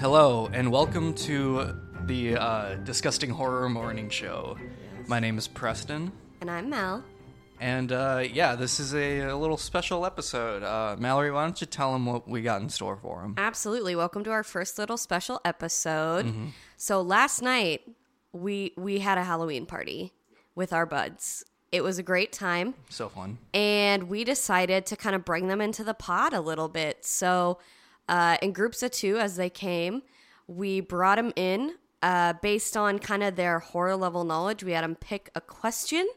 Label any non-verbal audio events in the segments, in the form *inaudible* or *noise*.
Hello, and welcome to the uh, Disgusting Horror Morning Show. My name is Preston, And I'm Mel. and uh, yeah, this is a, a little special episode. Uh, Mallory, why don't you tell them what we got in store for them? Absolutely. Welcome to our first little special episode. So last night we we had a Halloween party with our buds. It was a great time So fun. and we decided to kind of bring them into the pod a little bit. So uh, in groups of 2 as they came, we brought them in uh, based on kind of their horror level knowledge. We had them pick a question.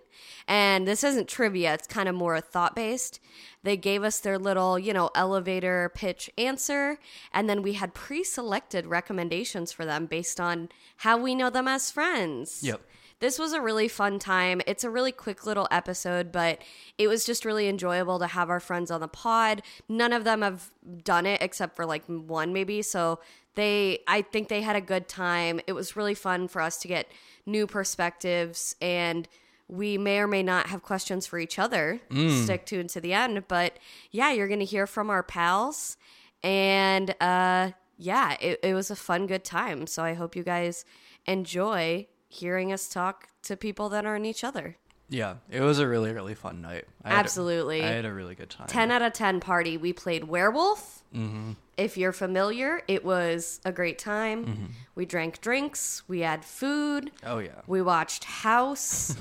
And this isn't trivia, it's kind of more thought based. They gave us their little, you know, elevator pitch answer. And then we had pre selected recommendations for them based on how we know them as friends. Yep. This was a really fun time. It's a really quick little episode, but it was just really enjoyable to have our friends on the pod. None of them have done it except for like one maybe, so they I think they had a good time. It was really fun for us to get new perspectives and we may or may not have questions for each other. Stick tuned to the end, but yeah, you're going to hear from our pals and uh yeah it, it was a fun good time so i hope you guys enjoy hearing us talk to people that aren't each other Yeah, it was a really, really fun night. I had a- Absolutely. I had a really good time. 10 out of 10 party we played werewolf if you're familiar it was a great time we drank drinks we had food Oh, yeah. we watched house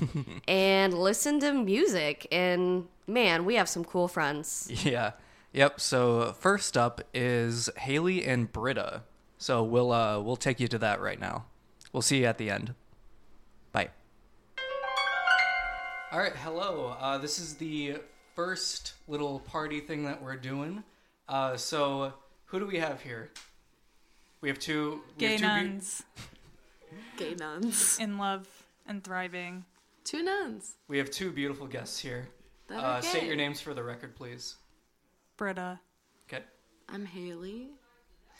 and listened to music and man we have some cool friends Yeah. Yep. So first up is Haley and Britta. So we'll uh, we'll take you to that right now. We'll see you at the end. Bye. All right. Hello. Uh, this is the first little party thing that we're doing. Uh, so who do we have here? We have two we gay have two beau- nuns Gay nuns. in love and thriving. Two nuns. we have two beautiful guests here. That Uh, are state gay. your names for the record, please. Britta. Okay. I'm Haley.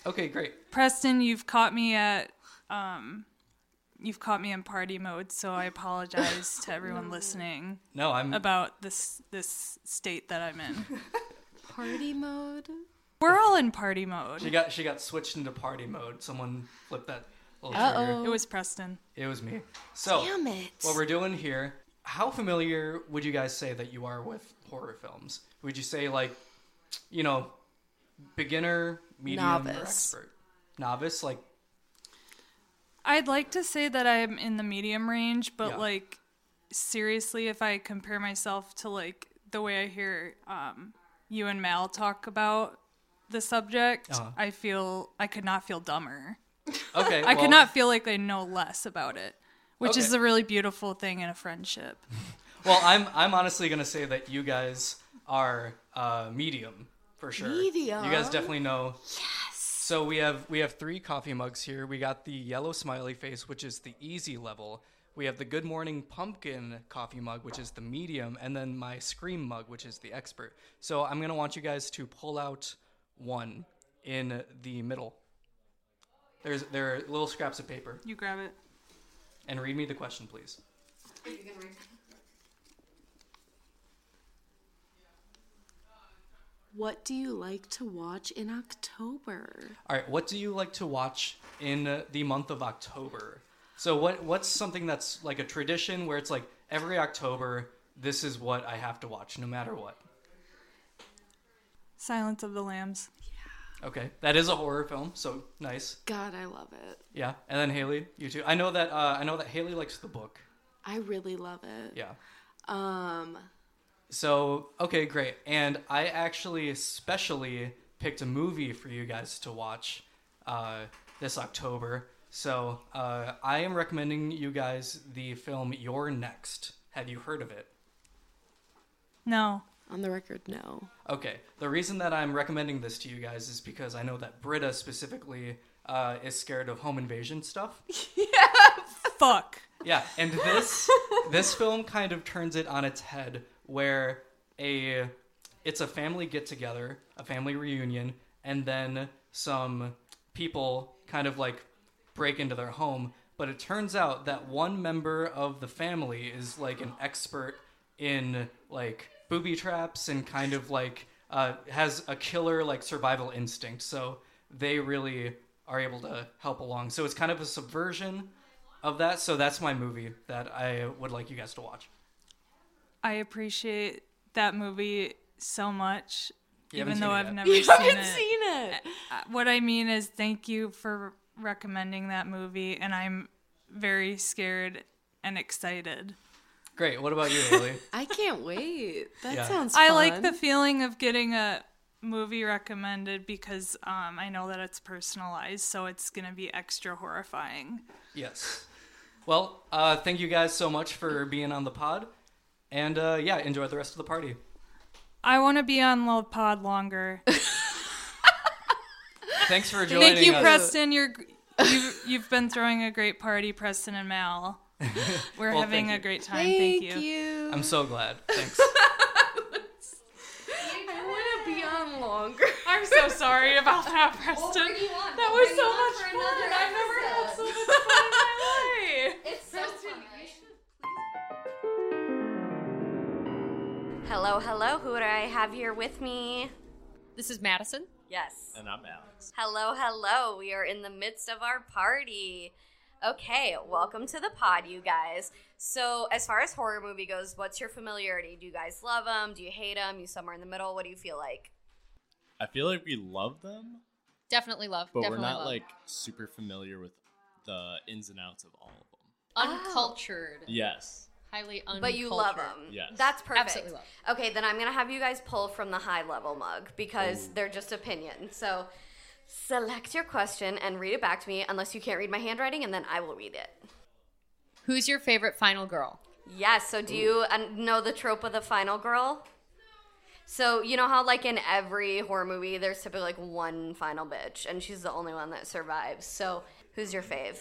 Okay. Great. Preston, you've caught me at um you've caught me in party mode, so I apologize to everyone listening No, I'm about this this state that I'm in. Party mode. We're all in party She mode. got she got switched into party mode. Someone flipped that little trigger. Uh-oh. It was Preston. It was me. So Damn it. what we're doing here? How familiar would you guys say that you are with horror films? Would you say like, you know, beginner, medium, or Novice. expert? Novice, like I'd like to say that I'm in the medium range, but Yeah. like seriously, if I compare myself to like the way I hear um, you and Mal talk about the subject, Uh-huh. I feel I could not feel dumber. okay. I well- could not feel like I know less about it, which is Okay. a really beautiful thing in a friendship. Well, I'm I'm honestly gonna say that you guys are uh, medium for sure. You guys Medium? definitely know. Yes. So we have we have three coffee mugs here. We got the yellow smiley face, which is the easy level. We have the Good Morning Pumpkin coffee mug, which is the medium, and then my Scream mug, which is the expert. So I'm gonna want you guys to pull out one in the middle. There's there are little scraps of paper, You grab it. and read me the question, please. What do you like to watch in October? All right, what do you like to watch in uh, the month of October? So what what's something that's like a tradition where it's like every October this is what I have to watch no matter what. Silence of the Lambs. Okay, that is a horror film, so nice. God, I love it. Yeah, and then Haley, you too. I know that uh, I know that Haley likes the book. I really love it. Yeah. Um, So okay, great. And I actually especially picked a movie for you guys to watch uh, this October. So uh, I am recommending you guys the film You're Next. Have you heard of it? No. on the record, no. Okay. The reason that I'm recommending this to you guys is because I know that Britta specifically uh, is scared of home invasion stuff. Fuck. Yeah, and this this film kind of turns it on its head, where a it's a family get together, a family reunion, and then some people kind of like break into their home. But it turns out that one member of the family is like an expert in like booby traps and kind of like uh, has a killer like survival instinct. So they really are able to help along. So it's kind of a subversion of that. So that's my movie that I would like you guys to watch. I appreciate that movie so much, *laughs* You haven't even seen though it I've yet. never You seen haven't it. seen it. Uh, What I mean is, thank you for recommending that movie, and I'm very scared and excited. Great. What *laughs* about you, Lily? I can't wait. That Yeah. sounds. I like fun. the feeling of getting a movie recommended because um, I know that it's personalized, so it's going to be extra horrifying. yes. Well, uh, thank you guys so much for being on the pod. And uh, yeah, enjoy the rest of the party. I want to be on Lil Pod *laughs* longer. Thanks for joining Thank you, us. Preston. You're you've, you've been throwing a great party, Preston and *laughs* Mal. We're Well, having thank a you. great time. Thank, Thank, you. *laughs* I'm so glad. *laughs* Thanks. I want to be on longer. I'm so sorry about that, Preston. That was so much fun. I've never had so much fun in my life. It's so fun. Hello, hello. Who do I have here with me? This is Madison. Yes. And I'm Alex. Hello, hello. We are in the midst of our party. Okay, welcome to the pod, you guys. So, as far as horror movie goes, what's your familiarity? Do you guys love them? Do you hate them? You somewhere in the middle? What do you feel like? I feel like we love them, Definitely love. but definitely we're not love. like super familiar with the ins and outs of all of them. uncultured. Yes. Highly uncultured. Oh. But you love 'em. love them. Yes. That's perfect. Mm, Absolutely love Okay, then I'm going to have you guys pull from the high level mug because they're just opinion. So, select your question and read it back to me unless you can't read my handwriting and then I will read it. Who's your favorite final girl? Yes. So do you uh, know the trope of the final girl? So you know how like in every horror movie, there's typically like one final bitch, and she's the only one that survives. So who's your fave?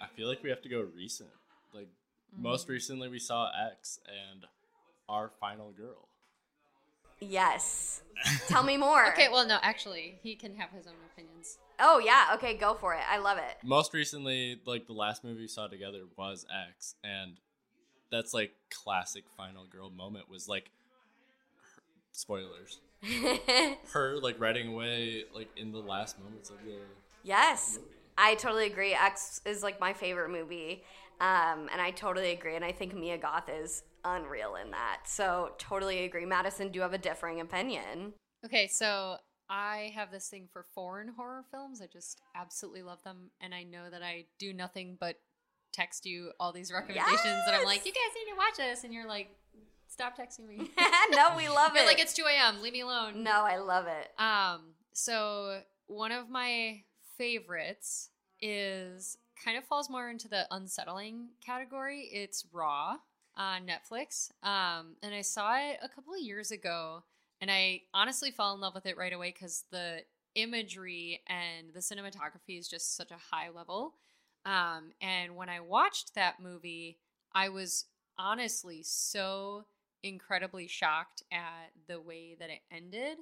I feel like we have to go recent. Like Mm-hmm. most recently we saw X and our final girl. Yes. Tell me more. Okay, well, no, actually, he can have his own opinions. oh yeah. Okay, go for it. I love it. Most recently, like the last movie we saw together was X and that's like classic final girl moment was like her- *laughs* spoilers. her like riding away like in the last moments of the Yes, I totally agree. X is like my favorite movie, um, and I totally agree. And I think Mia Goth is unreal in that. So totally agree. Madison, do you have a differing opinion? *laughs* Okay, so I have this thing for foreign horror films. I just absolutely love them, and I know that I do nothing but text you all these recommendations, and I'm like, Yes! you guys need to watch this, and you're like, stop texting me. *laughs* no, we love you're it. like, it's 2 a.m. Leave me alone. No, I love it. Um, so one of my favorites is kind of falls more into the unsettling category. It's Raw on Netflix. Um, and I saw it a couple of years ago, and I honestly fell in love with it right away because the imagery and the cinematography is just such a high level. Um, and when I watched that movie, I was honestly so incredibly shocked at the way that it ended.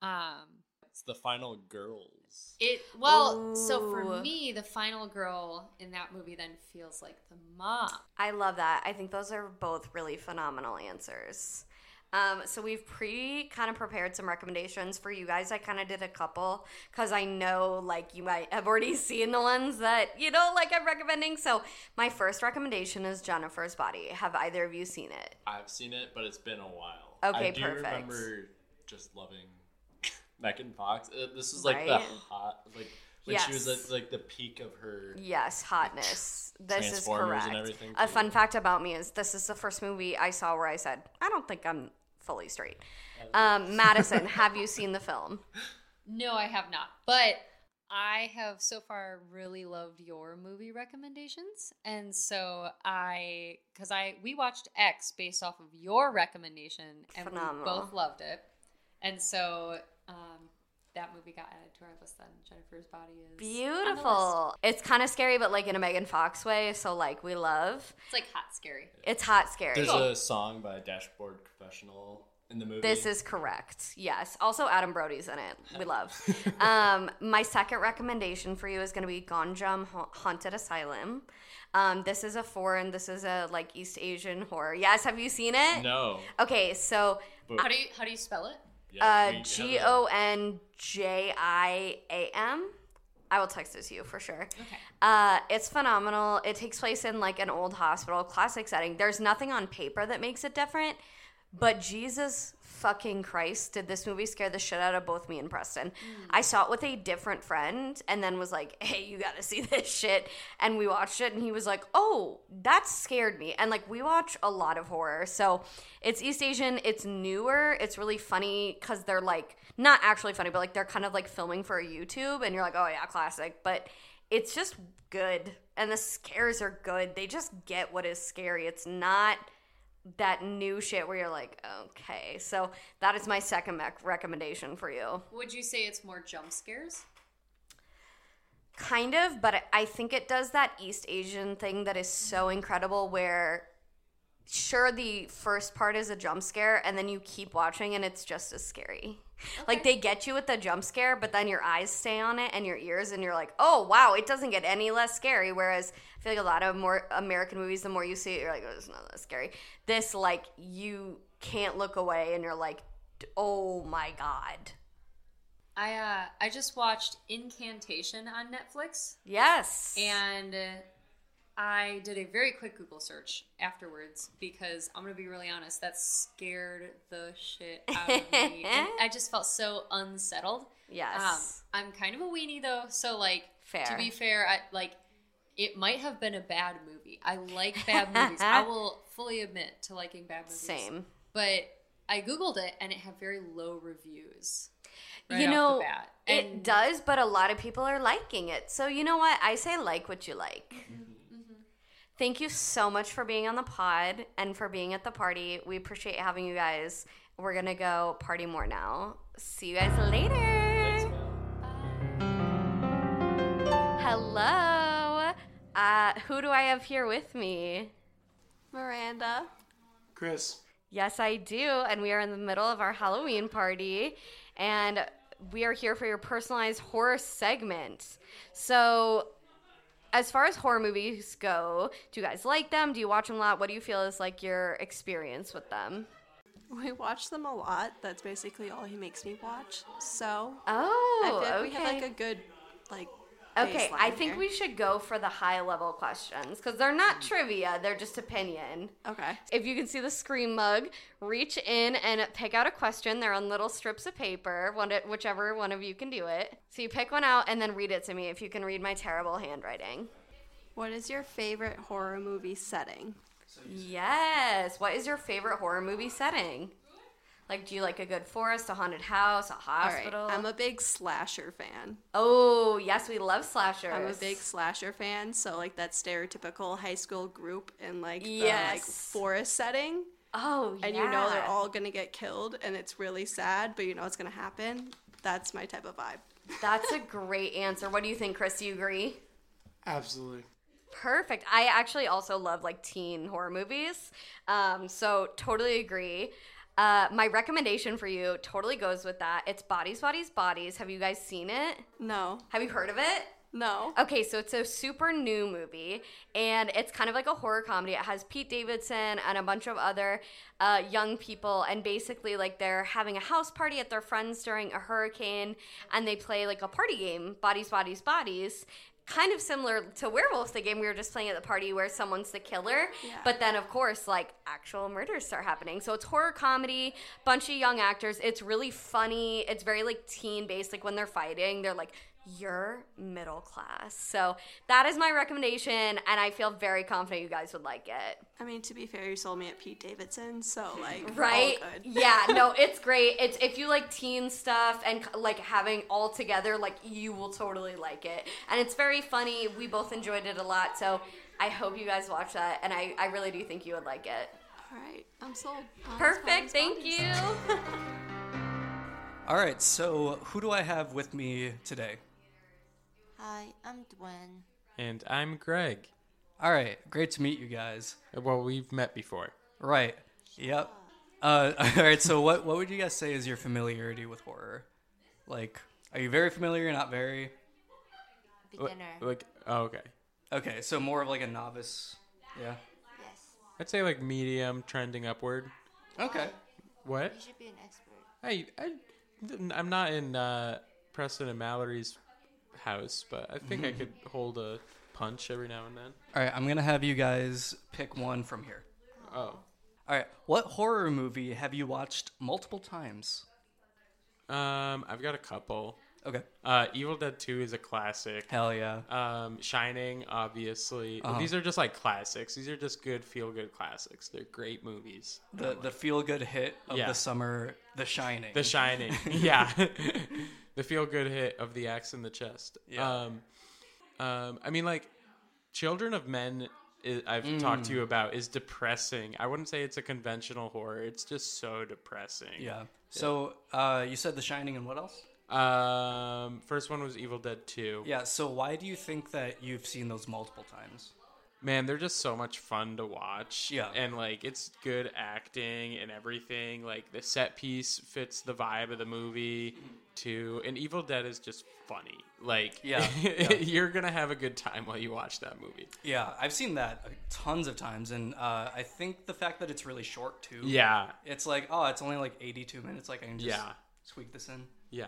Um, It's the final girls. it well, so Ooh. for me, the final girl in that movie then feels like the mom. I love that. I think those are both really phenomenal answers. Um, so we've pre kind of prepared some recommendations for you guys. I kind of did a couple because I know like you might have already *laughs* seen the ones that you know like I'm recommending. So my first recommendation is Jennifer's Body. Have either of you seen it? I've seen it, but it's been a while. Okay, I do perfect. remember just loving *laughs* Megan Fox. Uh, this is like the Right? hot, like when she was Yes. at like the peak of her. Yes, hotness. This is Transformers correct. and everything, A too. fun fact about me is this is the first movie I saw where I said, I don't think I'm fully straight. Um, Madison, have you seen the film? No, I have not. But I have so far really loved your movie recommendations. And so I cuz I we watched X based off of your recommendation and we Phenomenal. both loved it. And so um that movie got added to our list then. Jennifer's Body is on the list. Beautiful. It's kind of scary, but like in a Megan Fox way. So like we love. It's like hot scary. It's hot scary. There's a song by Dashboard Confessional in the movie. This is correct. Yes. Also, Adam Brody's in it. We *laughs* love. um, my second recommendation for you is going to be Gonjam Ha- Haunted Asylum. Um, this is a foreign. This is a like East Asian horror. Yes. Have you seen it? no. Okay. So How do you how do you spell it? Yeah, we Uh, have G it. O N J I A M. I will text it to you for sure. Okay. Uh, it's phenomenal. It takes place in like an old hospital, classic setting. There's nothing on paper that makes it different, but Jesus fucking Christ, did this movie scare the shit out of both me and Preston. I saw it with a different friend and then was like, hey, you gotta see *laughs* this shit. And we watched it and he was like, oh, that scared me. And like, we watch a lot of horror. So it's East Asian, it's newer, it's really funny because they're like, not actually funny, but like they're kind of like filming for YouTube and you're like, oh yeah, classic. But it's just good and the scares are good they just get what is scary it's not that new shit where you're like okay so that is my second mec- recommendation for you Would you say it's more jump scares? kind of but I- i think it does that east asian thing that is so incredible where sure the first part is a jump scare and then you keep watching and it's just as scary like they get you with the jump scare but then your eyes stay on it and your ears and you're like oh wow it doesn't get any less scary whereas i feel like a lot of more american movies the more you see it you're like oh it's not that scary this like you can't look away and you're like oh my god I uh, I just watched Incantation on Netflix, yes and uh, I did a very quick Google search afterwards because I'm gonna be really honest, that scared the shit out of me. *laughs* and I just felt so unsettled. yes Um, I'm kind of a weenie though, so like to Fair. be fair, I like it might have been a bad movie. I like bad movies. *laughs* I will fully admit to liking bad movies. same But I googled it and it had very low reviews. right you off the know bat. it And- does but a lot of people are liking it so you know what i say like what you like Mm-hmm. thank you so much for being on the pod and for being at the party we appreciate having you guys we're gonna go party more now see you guys later hello uh, who do i have here with me Miranda. Chris. Yes, I do. And we are in the middle of our Halloween party, and we are here for your personalized horror segment. So, as far as horror movies go, do you guys like them? Do you watch them a lot? What do you feel is like your experience with them? We watch them a lot. That's basically all he makes me watch. So Oh, I feel like okay. we have like a good like. Okay, I baseline think here. Mm. we should go for the high level questions because they're not trivia, they're just opinion. Okay. If you can see the screen mug, reach in and pick out a question. They're on little strips of paper, one, whichever one of you can do it. So you pick one out and then read it to me if you can read my terrible handwriting. What is your favorite horror movie setting? Yes. What is your favorite horror movie setting? Like, do you like a good forest, a haunted house, a All right, hospital? I'm a big slasher fan. oh, yes, we love slashers. I'm a big slasher fan, so like that stereotypical high school group in like the like Yes. forest setting, Oh, yeah. and you know they're all gonna get killed, and it's really sad, but you know it's gonna happen. That's my type of vibe. That's a great answer. What do you think, Chris? Do you agree? Absolutely. Perfect. I actually also love like teen horror movies. Um, so totally agree. Uh, my recommendation for you totally goes with that. It's Bodies, Bodies, Bodies. Have you guys seen it? No, Have you heard of it? no. Okay, so it's a super new movie, and it's kind of like a horror comedy. It has Pete Davidson and a bunch of other uh, young people, and basically, like, they're having a house party at their friends during a hurricane, and they play like a party game bodies, bodies, bodies. Kind of similar to Werewolves, the game we were just playing at the party where someone's the killer, but then, of course, like actual murders start happening. So it's horror comedy, bunch of young actors. It's really funny. It's very like teen based. Like when they're fighting, they're like, you're middle class. So that is my recommendation, and I feel very confident you guys would like it. I mean, to be fair, you sold me at Pete Davidson, so like Right? all good. *laughs* yeah, no, it's great. It's if you like teen stuff and like having all together, like you will totally like it. And it's very funny. We both enjoyed it a lot. So I hope you guys watch that, and I, I really do think you would like it. All right, I'm sold. Perfect. Thank you. All right, so who do I have with me today? Hi, I'm Dwen. And I'm Greg. All right, great to meet you guys. Well, we've met before. Right. Yep. Uh, *laughs* all right. So, what what would you guys say is your familiarity with horror? Like, are you very familiar? Not very. L- Beginner. Like, oh, okay. Okay. So more of like a novice. Yeah. yes. I'd say like medium trending upward. Okay. What? You should be an expert. I, I, I'm not in uh, Preston and Mallory's house, but I think I Mm-hmm. could hold a punch every now and then. All right, I'm going to have you guys pick one from here. Oh, All right, what horror movie have you watched multiple times? um, I've got a couple. Okay. Uh, Evil Dead Two is a classic. Hell yeah. Um, Shining, obviously. These are just like classics. These are just good feel good classics. They're great movies. The the feel good hit of Yeah. the summer, The Shining. The Shining. *laughs* yeah. *laughs* the feel good hit of the axe in the chest. Yeah. Um, um, I mean, like, Children of Men, i I've Mm. talked to you about, is depressing. I wouldn't say it's a conventional horror. It's just so depressing. yeah. So uh, you said The Shining and what else? Um, first one was Evil Dead 2. Yeah. So why do you think that you've seen those multiple times? Man, they're just so much fun to watch. Yeah. And like it's good acting and everything. Like the set piece fits the vibe of the movie too. And Evil Dead is just funny. Like *laughs* Yeah, yeah. you're gonna have a good time while you watch that movie. Yeah, I've seen that uh, tons of times, and uh, I think the fact that it's really short too. Yeah. It's like oh, it's only like 82 minutes. Like I can just Yeah. squeak this in. Yeah.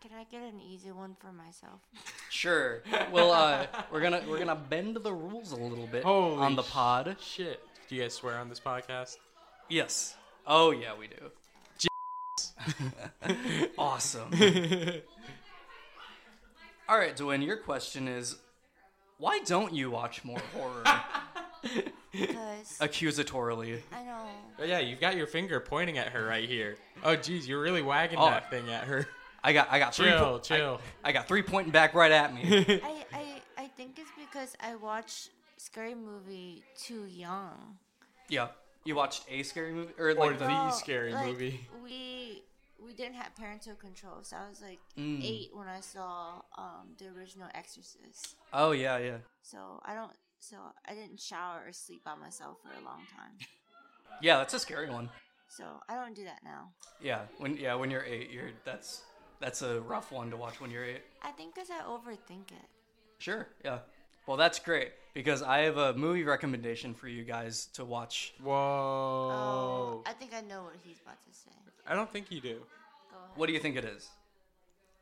Can I get an easy one for myself? Sure. well, uh, we're gonna we're gonna bend the rules a little bit Holy on the sh- pod. Shit. Do you guys swear on this podcast? Yes. Oh yeah, we do. *laughs* *laughs* awesome. All right, Dwayne, your question is why don't you watch more horror *laughs* *laughs* Because accusatorily? I know. Oh, yeah, you've got your finger pointing at her right here. Oh geez, you're really wagging Oh. that thing at her. I got I got three Chill, po- I- chill. I, got three pointing back right at me. *laughs* I, I, I think it's because I watched Scary Movie too young. yeah. You watched a scary movie or Or like the Well, scary like, movie. We we didn't have parental control, so I was like eight when I saw um, the original Exorcist. Oh yeah, yeah. So I don't. So I didn't shower or sleep by myself for a long time. Yeah, that's a scary one. So I don't do that now. Yeah, when yeah, when you're 8, you're that's that's a rough one to watch when you're 8. I think because I overthink it. Sure. Yeah. Well, that's great because I have a movie recommendation for you guys to watch. Whoa. Oh. Oh. I think I know what he's about to say. I don't think you do. Go ahead. What do you think it is?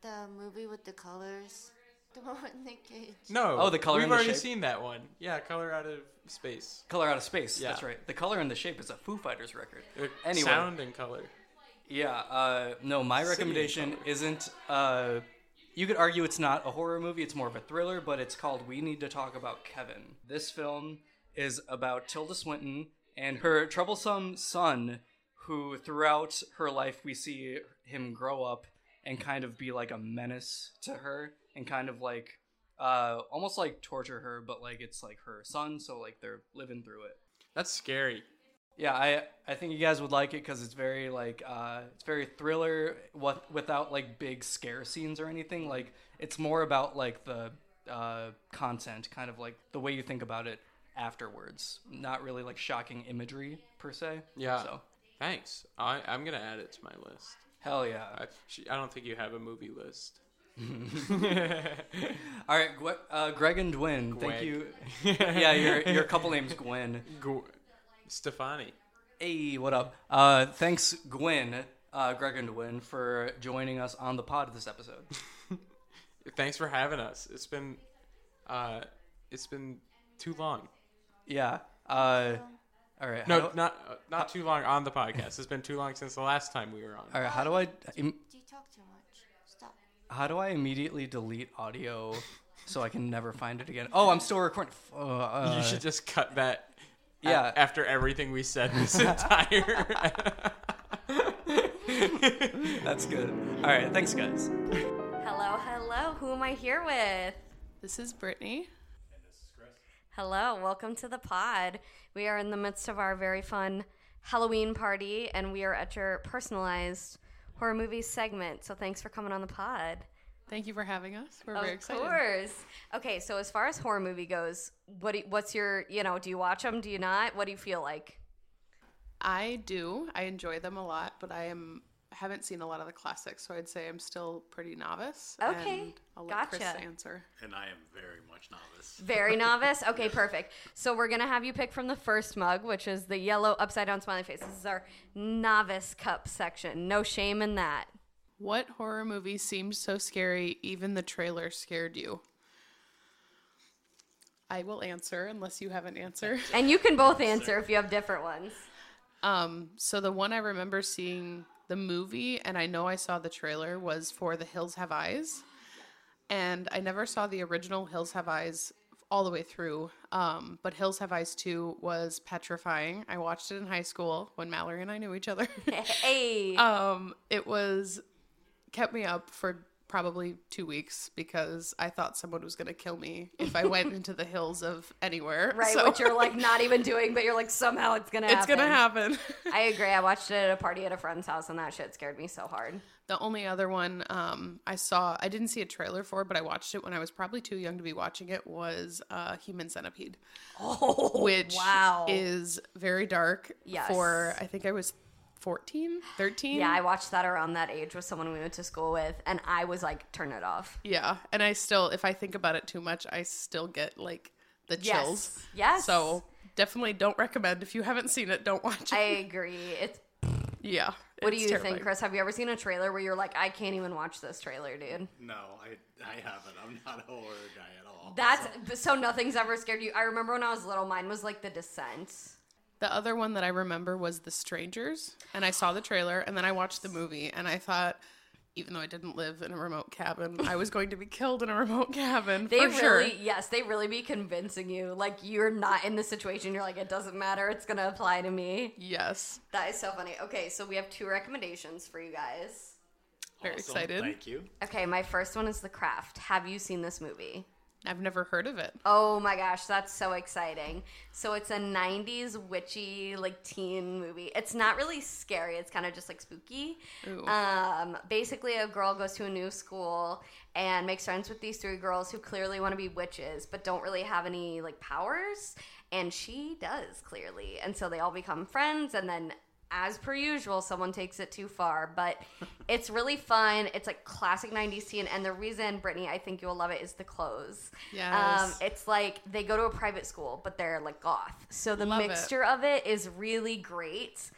The movie with the colors. The one with Nick Cage. No. Oh, the color We've and the already shape? seen that one. Yeah, color out of space. Color Out of Space. Yeah. That's right. The color and the shape is a Foo Fighters record. Uh, Anyway. Sound and color. Yeah. Uh, no, my recommendation isn't. Uh, you could argue it's not a horror movie. It's more of a thriller, but it's called We Need to Talk About Kevin. This film is about Tilda Swinton and her troublesome son, who throughout her life we see him grow up and kind of be like a menace to her and kind of like uh almost like torture her but like it's like her son so like they're living through it That's scary. yeah, I I think you guys would like it because it's very like uh, it's very thriller what without like big scare scenes or anything. Like it's more about like the uh, content, kind of like the way you think about it afterwards. Not really like shocking imagery per se. Yeah. So Thanks. I, I'm gonna add it to my list. hell yeah. I, she, I don't think you have a movie *laughs* list. All right, Gwe- uh, Greg and Gwen, thank *laughs* Gweg. you. yeah, your your couple names Gwen. Go- Stefani. Hey, what up? Uh, thanks, Gwen, uh, Greg and Gwen, for joining us on the pod this episode. Thanks for having us. It's been, uh, it's been too long. Yeah. Uh, all right. No, how do, not uh, not too long on the podcast. It's been too long since the last time we were on. All right. How do I? im- Do you talk too much? Stop. How do I immediately delete audio so I can never find it again? Oh, I'm still recording. F- uh, uh, you should just cut that. a- Yeah. after everything we said *laughs* this entire. That's good. All right. Thanks, guys. Hello, hello. Who am I here with? This is Brittany. Hello, welcome to the pod. We are in the midst of our very fun Halloween party, and we are at your personalized horror movie segment. So thanks for coming on the pod. Thank you for having us. We're Of very excited. course. Okay, so as far as horror movie goes, what do you- what's your you know? Do you watch them? Do you not? What do you feel like? I do. I enjoy them a lot, but I am haven't seen a lot of the classics, so I'd say I'm still pretty novice. Okay, and I'll let Chris gotcha. answer. And I am very much novice. *laughs* Very novice? Okay, perfect. So we're going to have you pick from the first mug, which is the yellow upside down smiley face. This is our novice cup section. No shame in that. What horror movie seemed so scary, even the trailer scared you? I will answer unless you have an answer. And you *laughs* can both answer if you have different ones. Um, so the one I remember seeing the movie, and I know I saw the trailer, was for The Hills Have Eyes. And I never saw the original Hills Have Eyes all the way through. Um, but Hills Have Eyes 2 was petrifying. I watched it in high school when Mallory and I knew each *laughs* other. *laughs* hey. Um, it was kept me up for probably two weeks because I thought someone was gonna kill me if I *laughs* went into the hills of anywhere. Right, So- which you're like not even doing, but you're like somehow it's gonna *laughs* It's happen. gonna happen. *laughs* I agree. I watched it at a party at a friend's house and that shit scared me so hard. The only other one um, I saw, I didn't see a trailer for, but I watched it when I was probably too young to be watching it, was uh, Human Centipede. Oh, which wow. is very dark Yes. for, I think I was 14, 13. Yeah, I watched that around that age with someone we went to school with and I was like, turn *laughs* it off. Yeah, and I still, if I think about it too much, I still get like the Yes. chills. Yes. So definitely don't recommend. If you haven't seen it, don't watch it. I agree. It's yeah. what it's do you terrifying. think, Chris? Have you ever seen a trailer where you're like, I can't even watch this trailer, dude? No, I I haven't. I'm not a horror guy at all. That's so nothing's ever scared you. I remember when I was little, mine was like The Descent. The other one that I remember was The Strangers, and I saw the trailer, and then I watched the movie, and I thought, even though I didn't live in a remote cabin, I was going to be killed in a remote cabin They for sure. really, yes, they really be convincing you. Like you're not in the situation. You're like, it doesn't matter. It's gonna apply to me. Yes, That is so funny. Okay, so we have two recommendations for you guys. very excited. Thank you. Okay, my first one is The Craft. Have you seen this movie? I've never heard of it. Oh my gosh, that's so exciting. So it's a 90s witchy like teen movie. It's not really scary, it's kind of just like spooky. Ooh. Um basically a girl goes to a new school and makes friends with these three girls who clearly want to be witches but don't really have any like powers and she does clearly. And so they all become friends and then as per usual, someone takes it too far, but *laughs* it's really fun. It's like classic 90s teen. And the reason, Brittany, I think you'll love it is the clothes. Um, Yes. it's like they go to a private school, but they're like goth. So the Love it. mixture of it is really great.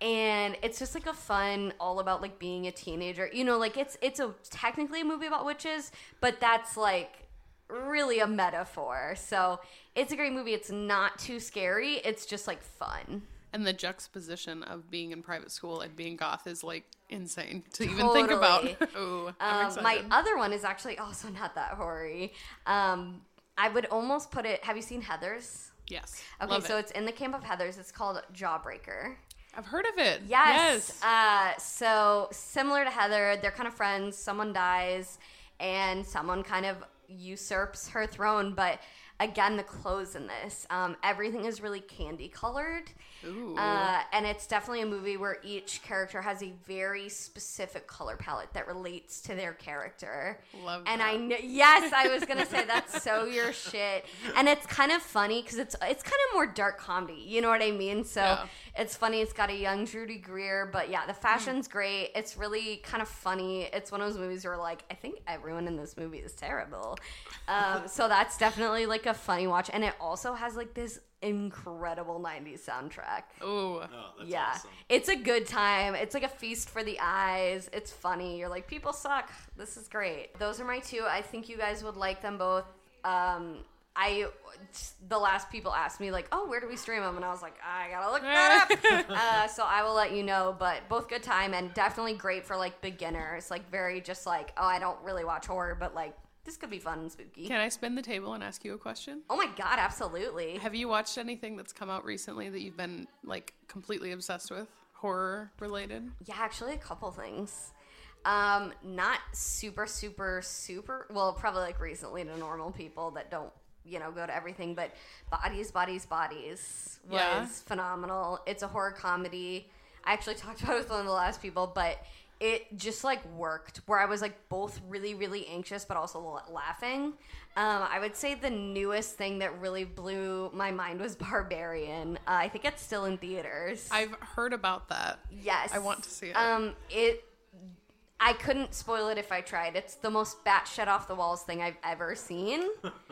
And it's just like a fun all about like being a teenager. You know, like it's it's a technically a movie about witches, but that's like really a metaphor. So it's a great movie. It's not too scary. It's just like fun. And the juxtaposition of being in private school and being goth is like insane to even think about. *laughs* Totally. Ooh, I'm Um, my excited. other one is actually also *laughs* not that hoary. Um, I would almost put it. Have you seen Heather's? yes. Okay, Love so it. it's in the camp of Heather's. It's called Jawbreaker. I've heard of it. Yes. Uh, so similar to Heather, they're kind of friends. Someone dies, and someone kind of usurps her throne. But again, the clothes in this, um, everything is really candy colored. Ooh. Uh, and it's definitely a movie where each character has a very specific color palette that relates to their character. Love And that. I know, yes, I was gonna say that's so your shit. And it's kind of funny because it's it's kind of more dark comedy. You know what I mean? So Yeah. it's funny. It's got a young Judy Greer, but yeah, the fashion's great. It's really kind of funny. It's one of those movies where like I think everyone in this movie is terrible. Um, so that's definitely like a funny watch, and it also has like this incredible '90s soundtrack. Ooh. Oh, that's yeah, awesome. it's a good time. It's like a feast for the eyes. It's funny. You're like, people suck. This is great. Those are my two. I think you guys would like them both. Um, I the last people asked me like, oh, where do we stream them? And I was like, I gotta look that *laughs* up. uh, so I will let you know. But both good time and definitely great for like beginners. Like very just like, oh, I don't really watch horror, but like this could be fun and spooky. Can I spin the table and ask you a question? oh my god, absolutely. Have you watched anything that's come out recently that you've been like completely obsessed with, horror related? Yeah, actually, a couple things. Um, not super, super, super. Well, probably like recently to normal people that don't, you know, go to everything. But bodies, bodies, bodies was Yeah. *laughs* phenomenal. It's a horror comedy. I actually talked about it with one of the last people, but it just like worked where I was like both really, really anxious but also la- laughing. Um, I would say the newest thing that really blew my mind was Barbarian. Uh, I think it's still in theaters. I've heard about that. Yes. I want to see it. Um, it. I couldn't spoil it if I tried. It's the most batshit off the walls thing I've *laughs* ever seen.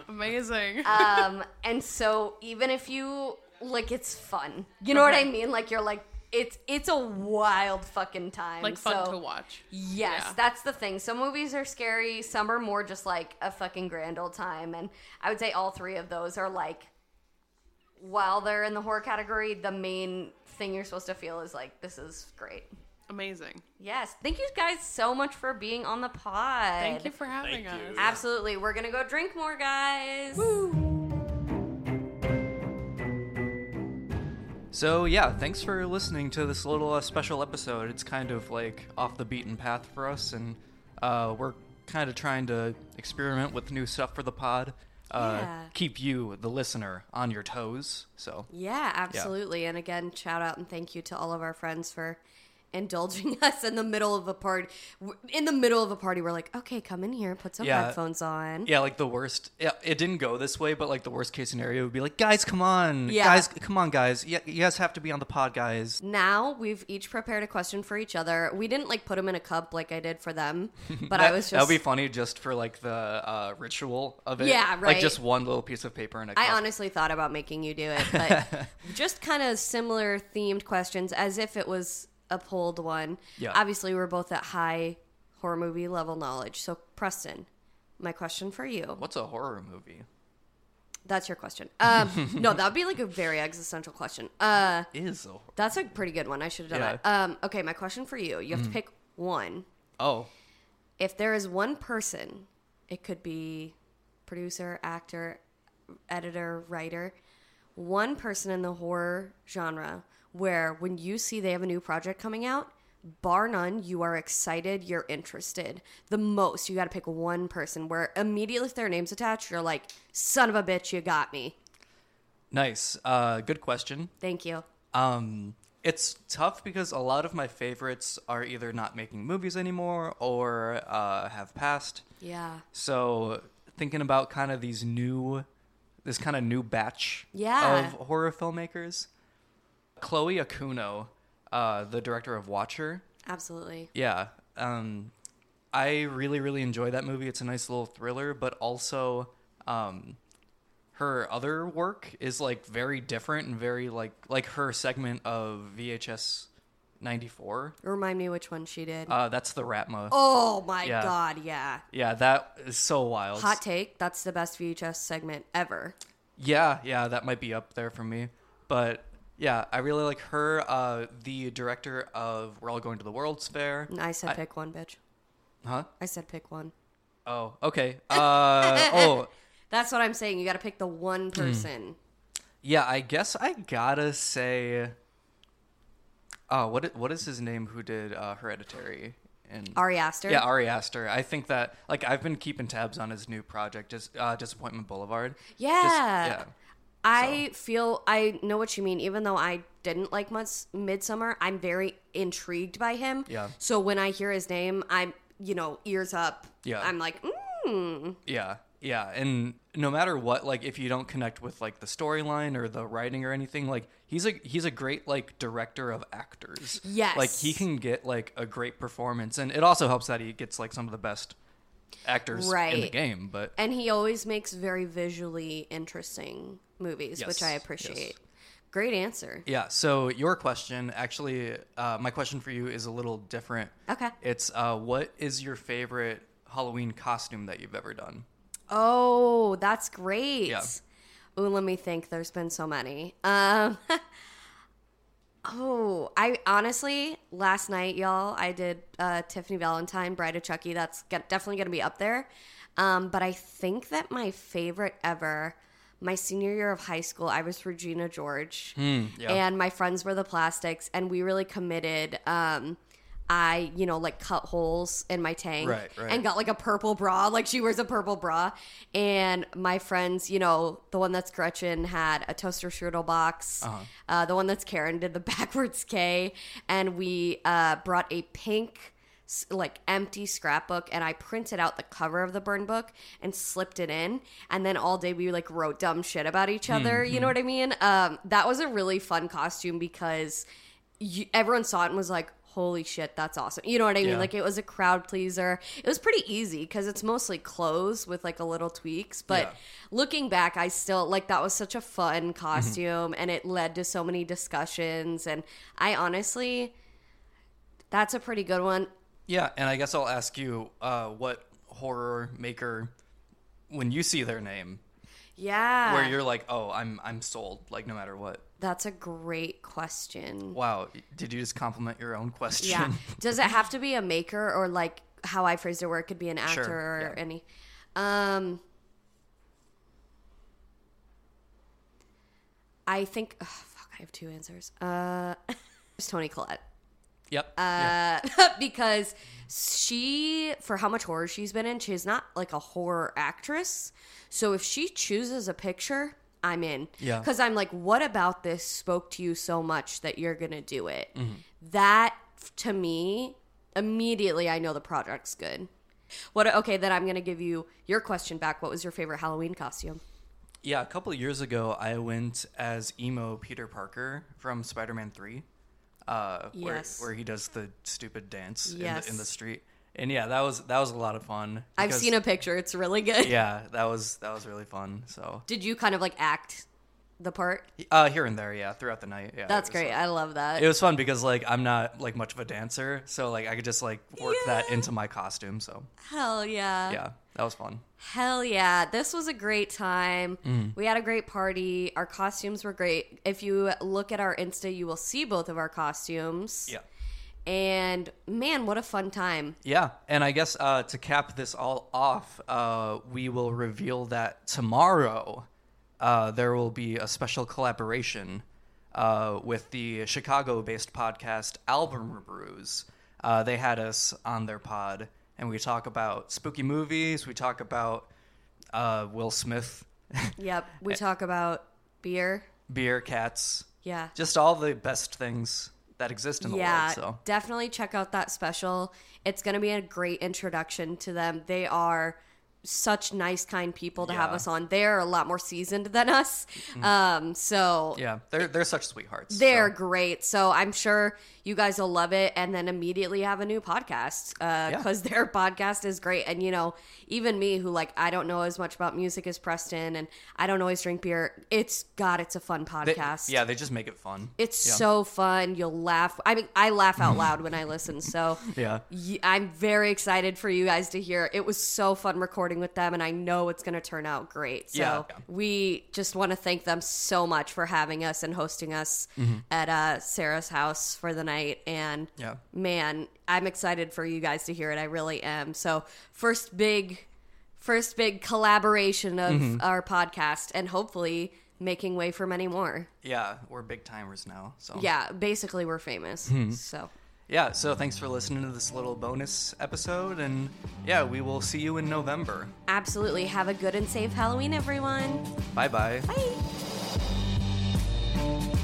Amazing. um, and so even if you like, it's fun. You know what I Okay. mean? Like you're like it's it's a wild fucking time. *laughs* Like, fun So- to watch. Yes, Yeah. that's the thing. Some movies are scary. Some are more just like a fucking grand old time. And I would say all three of those are like, while they're in the horror category, the main thing you're supposed to feel is like, this is great. Amazing. Yes. Thank you guys so much for being on the pod. Thank you for having Thank us. you. Absolutely. We're going to go drink more, guys. So yeah, thanks for listening to this little uh, special episode. It's kind of like off the beaten path for us, and uh, we're kind of trying to experiment with new stuff for the pod. Uh, Yeah. Keep you, the listener, on your toes. So Yeah, absolutely. And again, shout out and thank you to all of our friends for indulging *laughs* us in the middle of a party. In the middle of a party, we're like, okay, come in here, put some Yeah. headphones on. Yeah, like the worst. Yeah, it didn't go this way, but like the worst case scenario would be like, guys, come on, Yeah. guys, come on, guys. Yeah, you guys have to be on the pod, guys. Now we've each prepared a question for each other. We didn't like put them in a cup like I did for *laughs* them, but I That- was just. that'd be funny just for like the uh, ritual of it. Yeah, Like right. just one little piece of paper and a I cup. honestly thought about making you *laughs* do it, but just kind of similar themed questions as if it was a pulled one. Yeah. Obviously, we're both at high horror movie level knowledge. So, Preston, my question for you. What's a horror movie? That's your question. *laughs* Um, no, that would be like a very existential question. Uh, is a horror. That's a pretty good one. I should have done Yeah. that. Um, okay, my question for you. You have to Mm. pick one. Oh, If there is one person, it could be producer, actor, editor, writer, one person in the horror genre where when you see they have a new project coming out, bar none, you are excited, you're interested. The most, you got to pick one person where immediately if their name's attached, you're like, son of a bitch, you got me. nice. Uh, good question. Thank you. Um, it's tough because a lot of my favorites are either not making movies anymore or uh, have passed. Yeah. So thinking about kind of these new, this kind of new batch Yeah. of horror filmmakers, Chloe Akuno, uh, the director of Watcher. Absolutely. Yeah. Um, I really, really enjoy that movie. It's a nice little thriller, but also um, her other work is like very different and very like like her segment of VHS ninety four. Remind me which one she did. Uh, that's the Ratma. Oh my God, yeah. Yeah, that is so wild. Hot take, that's the best VHS segment ever. Yeah, yeah, that might be up there for me. But yeah, I really like her. Uh, the director of We're All Going to the World's Fair. I said pick one, bitch. Huh? I said pick one. Oh, okay. Uh, oh, That's what I'm saying. You got to pick the one Hmm. person. yeah. I guess I gotta say. Oh, what i- what is his name? Who did uh, Hereditary? And Ari Aster? Yeah, Ari Aster. I think that like I've been keeping tabs on his new project, just uh, Disappointment Boulevard. Just- Yeah. yeah. I feel I know what you mean. Even though I didn't like much Midsummer, I'm very intrigued by him. Yeah. So when I hear his name, I'm you know ears up. Yeah. I'm like, mm. Yeah, yeah, and no matter what, like if you don't connect with like the storyline or the writing or anything, like he's a he's a great like director of actors. Yes. like he can get like a great performance, and it also helps that he gets like some of the best actors in the Right. game. But And he always makes very visually interesting movies, which I Yes, yes. appreciate. Great answer. yeah, so your question actually, uh, my question for you is a little different. Okay. it's uh, what is your favorite Halloween costume that you've ever done? Oh, that's great. Yeah. Ooh, let me think. There's been so many. Um *laughs* Oh, I honestly last night, y'all, I did uh, Tiffany Valentine, Bride of Chucky. That's go- definitely going to be up there. Um, but I think that my favorite ever, my senior year of high school, I was Regina George, Hmm, yeah. and my friends were the Plastics, and we really committed. Um, I, you know, like cut holes in my tank Right, right. and got like a purple bra. Like she wears a purple bra. And my friends, you know, the one that's Gretchen had a toaster strudel box. Uh-huh. *laughs* Uh, the one that's Karen did the backwards K, and we uh, brought a pink s- like empty scrapbook and I printed out the cover of the burn book and slipped it in and then all day we like wrote dumb shit about each other you know what I mean um that was a really fun costume because you, everyone saw it and was like holy shit that's awesome you know what I mean Yeah. like it was a crowd pleaser it was pretty easy because it's mostly clothes with like a little tweaks but Yeah. Mm-hmm. looking back I still like that was such a fun costume and it led to so many discussions and I honestly that's a pretty good one Yeah, and I guess I'll ask you uh, what horror maker, when you see their name, Yeah. where you're like, oh, I'm I'm sold, like no matter what. That's a great question. Wow, did you just compliment your own question? *laughs* Yeah. Does it have to be a maker or like how I phrased it where it could be an actor Sure, or any um I think ugh, fuck, I have two answers. Uh *laughs* it's Tony Collette. *laughs* Yep. Uh, *laughs* because she, for how much horror she's been in, she's not like a horror actress. So if she chooses a picture, I'm in. Yeah. Because I'm like, what about this spoke to you so much that you're going to do it? Mm-hmm. Mhm. That, to me, immediately I know the project's good. What, okay, then I'm going to give you your question back. What was your favorite Halloween costume? Yeah, a couple of years ago, I went as emo Peter Parker from Spider Man 3, uh, Yes. where, where he does the stupid dance in, Yes. the, in the street. And yeah, that was that was a lot of fun. I've because- seen a picture. It's really good. Yeah, that was that was really fun. So Did you kind of like act the part? uh, here and there, yeah, throughout the night. Yeah, it That's was great. fun. I love that. It was fun because like I'm not like much of a dancer, so like I could just like work that into my costume. So Hell yeah. yeah, that was fun. Hell yeah. This was a great time. Mhm. We had a great party. Our costumes were great. If you look at our Insta, you will see both of our costumes. Yeah. And man, what a fun time. Yeah, and I guess uh, to cap this all off, uh, we will reveal that tomorrow uh, there will be a special collaboration uh, with the Chicago-based podcast Album Brews. Uh, they had us on their pod, and we talk about spooky movies. We talk about uh, Will Smith, *laughs* Yep. Eh. We talk about beer. beer, cats. Yeah. just all the best things that exist in the yeah, world. So definitely check out that special. It's going to be a great introduction to them. They are such nice, kind people to have Yeah. Mm. us on. They're a lot more seasoned than us. Um, so yeah, they're they're such sweethearts. They're great. So I'm sure you guys will love it and then immediately have a new podcast Yeah. because their podcast is great. And, you know, even me, who like, I don't know as much about music as Preston and I don't always drink beer, it's God, it's a fun They- podcast. yeah, they just make it fun. It's Yeah. so fun. You'll laugh. I mean, I laugh out loud when I listen. So *laughs* Yeah. y- I'm very excited for you guys to hear. It was so fun recording with them, and I know it's going to turn out great. So Yeah. we just want to thank them so much for having us and hosting us Mhm. at uh, Sarah's house for the night. And Yeah. man, I'm excited for you guys to hear it. I really am. So first big, first big collaboration of Mm-hmm. Mhm. our podcast, and hopefully making way for many more. Yeah, we're big timers now. Oh. So Yeah, basically we're famous. Hmm. Mhm. So yeah. So thanks for listening to this little bonus episode, and yeah, we will see you in November. absolutely have a good and safe Halloween, everyone. Bye bye. Bye.